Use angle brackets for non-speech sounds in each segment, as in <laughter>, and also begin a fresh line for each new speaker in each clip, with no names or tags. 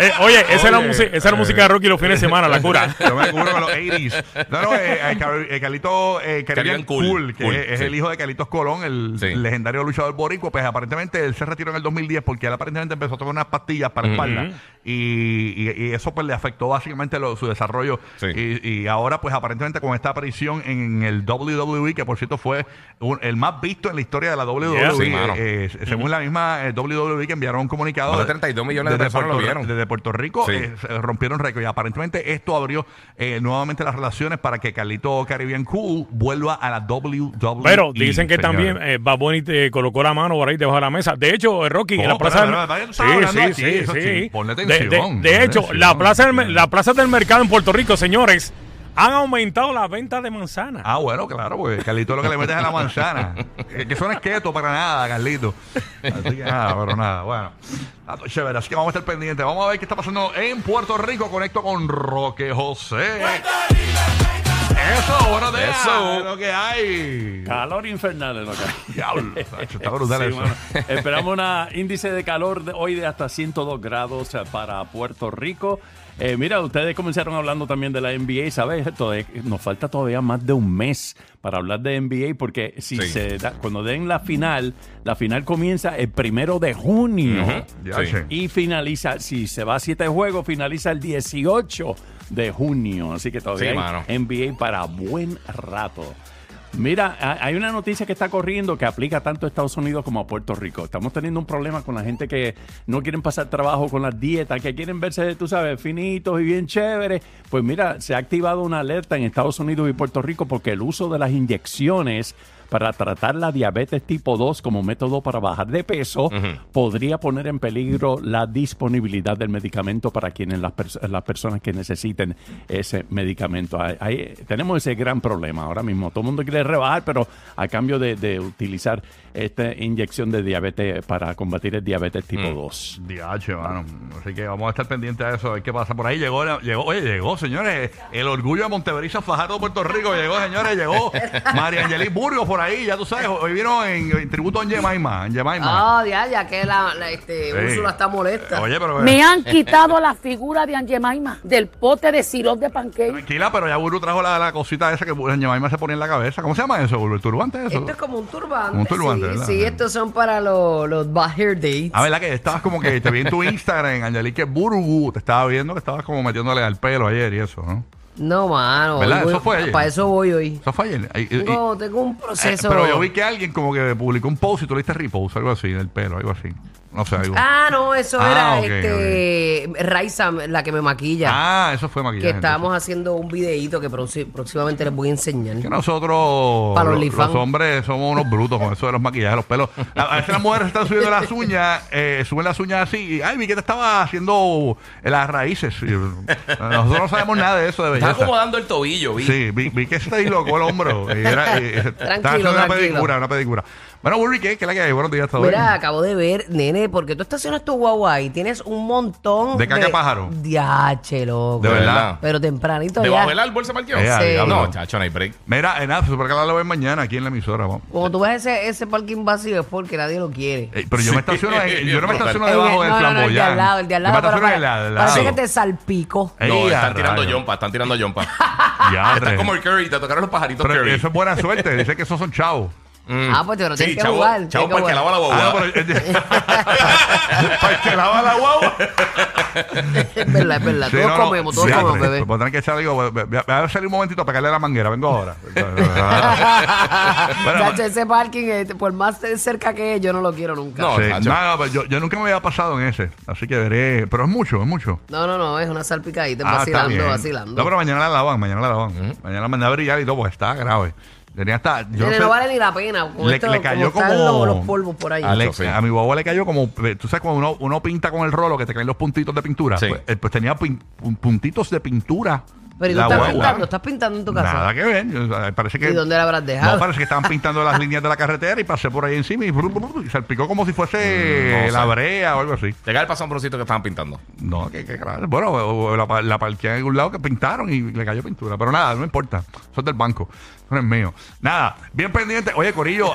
Eh, oye, esa era,
Oye,
musi- esa era
eh.
música de Rocky los fines de semana, la cura.
Yo me curo con los 80s. No, no, eh, eh, Car- eh, Carlito eh, Caribbean
Caribbean Cool.
Cool, que
Cool,
es, es
sí.
el hijo de Carlitos Colón, el
Sí.
legendario luchador boricua, pues aparentemente él se retiró en el 2010 porque él aparentemente empezó a tomar unas pastillas para la espalda y, y- y eso pues le afectó básicamente lo- su desarrollo
Sí.
y, y ahora pues aparentemente con esta aparición en el WWE, que por cierto fue un- el más visto en la historia de la WWE,
Yeah.
Sí,
eh,
mano.
eh, según la misma eh, WWE que enviaron un comunicado.
Más de 32 millones de
desde
personas lo
Puerto-
vieron.
Desde Puerto Rico
Sí.
eh, se rompieron récord y aparentemente esto abrió eh, nuevamente las relaciones para que Carlito Caribbean Cool vuelva a la WWE.
Pero dicen que
señores.
también eh, Bad Bunny te colocó la mano por ahí debajo de la mesa. De hecho, eh, Rocky,
No,
la plaza
pero, pero, pero, estaba hablando aquí, eso sí, ponle
De-
atención,
de, de
ponle
hecho,
atención. Mm.
la plaza, del, mer- la plaza del mercado en Puerto Rico, señores, han aumentado las ventas de manzanas.
Ah, bueno, claro, porque Carlito lo que le metes es a la
<laughs>
manzana. Eh, que, que eso no es keto para nada, Carlito. Así que nada, pero nada, bueno. Está todo Chévere, así que vamos a estar pendientes. Vamos a ver qué está pasando en Puerto Rico. Conecto con Roque José. <laughs> Eso, buenos días.
Eso.
Ah, Lo que hay.
Calor infernal en acá.
Diablo, Sacho, está brutal
Sí,
eso.
mano. Esperamos un índice de calor de hoy de hasta 102 grados eh, para Puerto Rico. Eh, mira, ustedes comenzaron hablando también de la NBA, ¿sabes? Todavía- nos falta todavía más de un mes para hablar de NBA porque si
Sí.
se da- cuando den la final, la final comienza el primero de junio
Ya
Sí.
sé.
y finaliza, si se va a siete juegos, finaliza el 18 de junio. Así que todavía
Sí,
hay
mano.
NBA para buen rato. Mira, ha- hay una noticia que está corriendo que aplica tanto a Estados Unidos como a Puerto Rico. Estamos teniendo un problema con la gente que no quieren pasar trabajo con las dietas, que quieren verse, tú sabes, finitos y bien chéveres. Pues mira, se ha activado una alerta en Estados Unidos y Puerto Rico porque el uso de las inyecciones para tratar la diabetes tipo 2 como método para bajar de peso podría poner en peligro la disponibilidad del medicamento para quienes las, pers- las personas que necesiten ese medicamento. Ahí- ahí tenemos ese gran problema ahora mismo. Todo el mundo quiere rebajar, pero a cambio de, de utilizar esta inyección de diabetes para combatir el diabetes
Mm.
tipo 2.
Diache, mano. Así que vamos a estar pendientes a eso, a ver qué pasa. Por ahí llegó, llegó, oye, llegó, señores. El orgullo de Monteveriza Fajardo, Puerto Rico. Llegó, señores,
<laughs>
llegó. María Angelis Burgos por ahí, ya tú sabes. Hoy vino en, en tributo a en Jemaima. En Jemaima.
Ah, ya, ya que la, la, este,
Sí.
Úrsula está molesta.
Oye, pero.
Me
<laughs>
han quitado la figura de Angemaima del pote de sirope de pancake.
Tranquila, pero ya Buru trajo la, la cosita esa que en Jemaima se ponía en la cabeza. ¿Cómo se llama eso, Buru? ¿El turbante eso?
Esto es como un turbante.
Un turbante,
sí,
¿verdad?
sí, estos son para los, los Bad Hair Dates.
Ah, ¿verdad? Que estabas como que te vi en tu Instagram, Angelique Burgu. Te estaba viendo que estabas como metiéndole al pelo ayer y eso, ¿no?
No, mano.
¿Verdad?
hoy voy-
Eso fue ayer.
Para eso voy hoy.
Eso fue ayer. Y- y-
Tengo, tengo un
Eh,
proceso.
pero yo vi que alguien como que publicó un post y tú le diste repost, algo así, del pelo, algo así. No sé, algo. Ah,
Ah, no, eso
Ah,
era
ok,
este Raiza, la que me maquilla.
Ah, eso fue maquillaje.
que estábamos
entonces.
haciendo un videíto que proxi- próximamente les voy a enseñar.
Que nosotros,
Para los
lo- los,
OnlyFans.
hombres, somos unos brutos con eso de los maquillajes, los pelos. A a veces las mujeres están subiendo las uñas, eh, suben las uñas así. Y, ay, vi que te estaba haciendo eh, las raíces. Y, eh, nosotros no sabemos nada de eso de
Está
belleza.
acomodando el tobillo, vi.
<laughs>
Sí, vi, vi que se dislocó el hombro. Y era, y- estaba haciendo una
tranquilo.
pedicura, una pedicura. Bueno, Burry, ¿qué, ¿Qué es la que hay? Buenos días, hasta luego.
Mira, acabo de ver, nene, porque tú estacionas tu guagua y tienes un montón
De caca pájaro.
Diache, loco.
De verdad.
Pero tempranito ya.
¿Debajo del árbol se parqueó?
Eh,
Sí.
diablo.
No, chacho, no hay break.
Mira, eh, en Apps, porque la lo ven mañana aquí en la emisora. vamos.
Cuando tú ves ese, ese parking vacío es porque nadie lo quiere.
Eh, pero yo me estaciono, en- yo no me estaciono
En el-
debajo del
no, no, no, el de
flamboyán.
al lado, el de al
Yo
lado.
me
pero
estaciono en
para-
la- la-
parece que
lado.
te salpicó.
No,
Ey, a
están tirando
rayos.
yompa, están tirando
<laughs>
yompa.
Ya,
Estás
re.
como el Curry, te tocaron los pajaritos
Pero
Curry.
eso es buena suerte. Dice que esos son chavos.
Ah, pues pero tienes que
chavo,
jugar.
Chavo,
tienes que
porque lava
jugar.
la
Ah,
boba.
no, pero-
<laughs>
Para el que lava la guagua.
Es verdad, es verdad.
Sí,
todos
no, no.
comemos, todos
Ya,
comemos,
hombre,
bebé.
Voy a tener que echar, digo, voy- voy- voy a salir un momentito para caerle la manguera.
<laughs>
Vengo ahora. Bueno,
Chacho, ese parking, eh, por más cerca que es, yo no lo quiero nunca.
No,
sí,
chacho.
nada, pero yo, yo nunca me había pasado en ese. Así que veré. Pero es mucho, es mucho.
No, no, no, es una salpicadita,
Ah, está
vacilando,
bien.
vacilando.
No, pero mañana la lavan, mañana la lavan. Mañana la mandé a brillar y todo, porque está grave. Tenía hasta. yo
Nene,
sé-
no vale ni la pena. con
le,
esto-
le cayó
como...
como,
están los, los polvos por ahí.
A, Alex-
Chacho, sí.
a mi guagua le cayó como eh, tú sabes cuando uno, uno pinta con el rolo que te caen los puntitos de pintura
Sí.
pues, eh, pues tenía pin- pun- puntitos de pintura
Pero ¿y tú
la
estás
guagua.
pintando, estás pintando en tu casa.
nada que ver yo- eh, parece que
¿Y dónde la habrás dejado?
no parece que estaban pintando las líneas de la carretera y pasé por ahí encima y, brum, brum, brum, y salpicó como si fuese
Mm, no
la
sé.
brea o algo así
Te cae el pasombroncito que estaban pintando.
no que, que claro. bueno o- o la, pa- la parqué en algún lado que pintaron y le cayó pintura pero nada no importa eso es del banco eso no es mío nada bien pendiente oye Corillo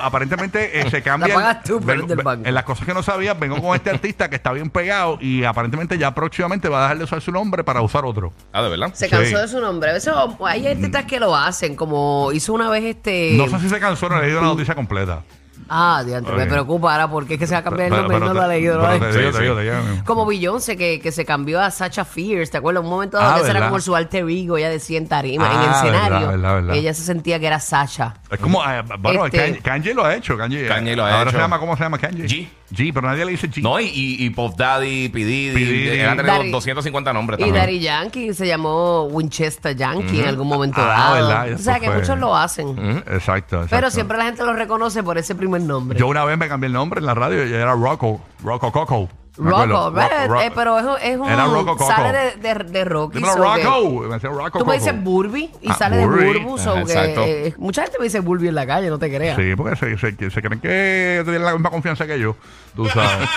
<laughs>
aparentemente eh, se cambia el-
pagas tú, pero
vengo-
es del
ve-
banco.
en las cosas que no sabías, vengo con este artista que está bien pegado y aparentemente ya próximamente va a dejar de usar su nombre para usar otro.
Ah, de verdad.
Se cansó
Sí.
de su nombre. A veces o- hay artistas que lo hacen, como hizo una vez este.
No sé si se cansó, no he leído la noticia completa.
Ah, diantre, me
Ok.
preocupa ahora porque es que se va a cambiar el
Pero-
nombre y
pero
no
te-
lo ha leído. ¿no?
pero te digo,
Sí,
te digo,
sí.
te digo.
Como Beyoncé, que, que se cambió a Sacha Fierce, ¿te acuerdas? Un momento dado
Ah,
que ese era
¿verdad?
como su alter ego, ella decía en tarima, en
Ah,
el escenario.
verdad, verdad, verdad.
Ella se sentía que era Sacha.
Es como, eh, bueno,
Este-
Kanye, Kanye lo ha hecho. Kanye,
Kanye lo ha
Ahora se
hecho.
llama, ¿cómo se llama Kanye?
G.
G, pero nadie le dice G.
No, y, y, y Pop Daddy, P. Diddy,
P. Diddy.
eran tenido
Daddy.
250 nombres
Y
también.
Daddy Yankee se llamó Winchester Yankee en algún momento
Ah,
dado.
verdad, eso
o sea, que
fue. Mm,
muchos lo hacen.
Exacto, exacto.
Pero siempre la gente lo reconoce por ese primer nombre.
Yo una vez me cambié el nombre en la radio y era Rocco. Rocco Coco. me acuerdo.
Rocco, ¿ves?
Ro-
Eh, pero es, un- es un.
Era Rocco Coco.
Sale de, de, de Rocky.
Dímelo,
so que-
Rocco. Me decía Rocco
Tú me
Coco.
dices Burby y
Ah,
sale
Burby.
de Burbus. o
Ajá,
que,
exacto.
eh, mucha gente me dice Burby en la calle, no te creas.
Sí, porque se, se- se creen que tienen la misma confianza que yo. Tú
<laughs>
sabes.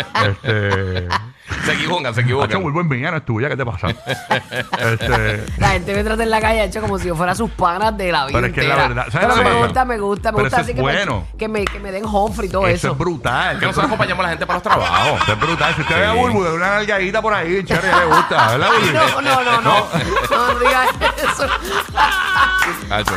este.
Se equivocan, se equivocan.
Hacho, vuelvo en mía, no es tuya, ¿qué te
<laughs>
pasa? este.
La gente me trata en la calle, hecho como si yo fuera sus panas de la vida.
Pero es que la
entera.
verdad- ¿sabes
Pero
lo que
me
pasa?
gusta, me gusta, me
Pero
gusta.
eso
así
es
que, me-
bueno.
que me, que me den Humphrey y todo
Eso
eso.
es brutal.
Es que nosotros acompañamos a la gente para los trabajos.
Eso es brutal. Si usted
Sí.
ve a Bulbu de una nalgadita por ahí, chévere, ya le gusta. ¿Verdad,
Ay,
Bulbu?
no, no, no, no. No, no digas eso.
Chacho.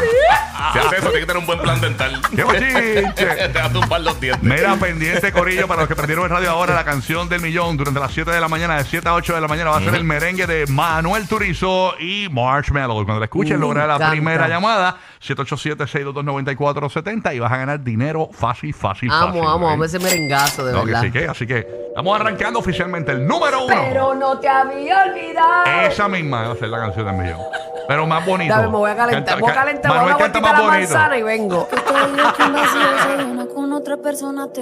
Si haces eso, tiene que tener un buen plan dental.
¡Qué bochinche!
<laughs> Te va a tumbar los dientes.
Mira, pendiente, Corillo, para los que perdieron el radio ahora, la canción del millón durante las 7 de la mañana, de 7 a 8 de la mañana, va a ser el merengue de Manuel Turizo y Marshmallow. Cuando la escuchen,
Me
logra la
Uh, encanta.
primera llamada, 787-622-9470, y vas a ganar dinero fácil, fácil, fácil.
Amo, amo,
¿ok?
amo ese merengazo, de
No, que
verdad.
sí que, así que estamos arrancando oficialmente el número uno.
Pero no te había olvidado.
Esa misma va a ser la canción del millón. Pero más bonito.
Dame, me voy a calentar.
Canta-
voy a
ca-
calentar, voy a dar
Manuel
una
canta
vueltita a
más
la
bonito.
manzana y vengo.
Estoy aquí en vacío, se llena con otra persona, te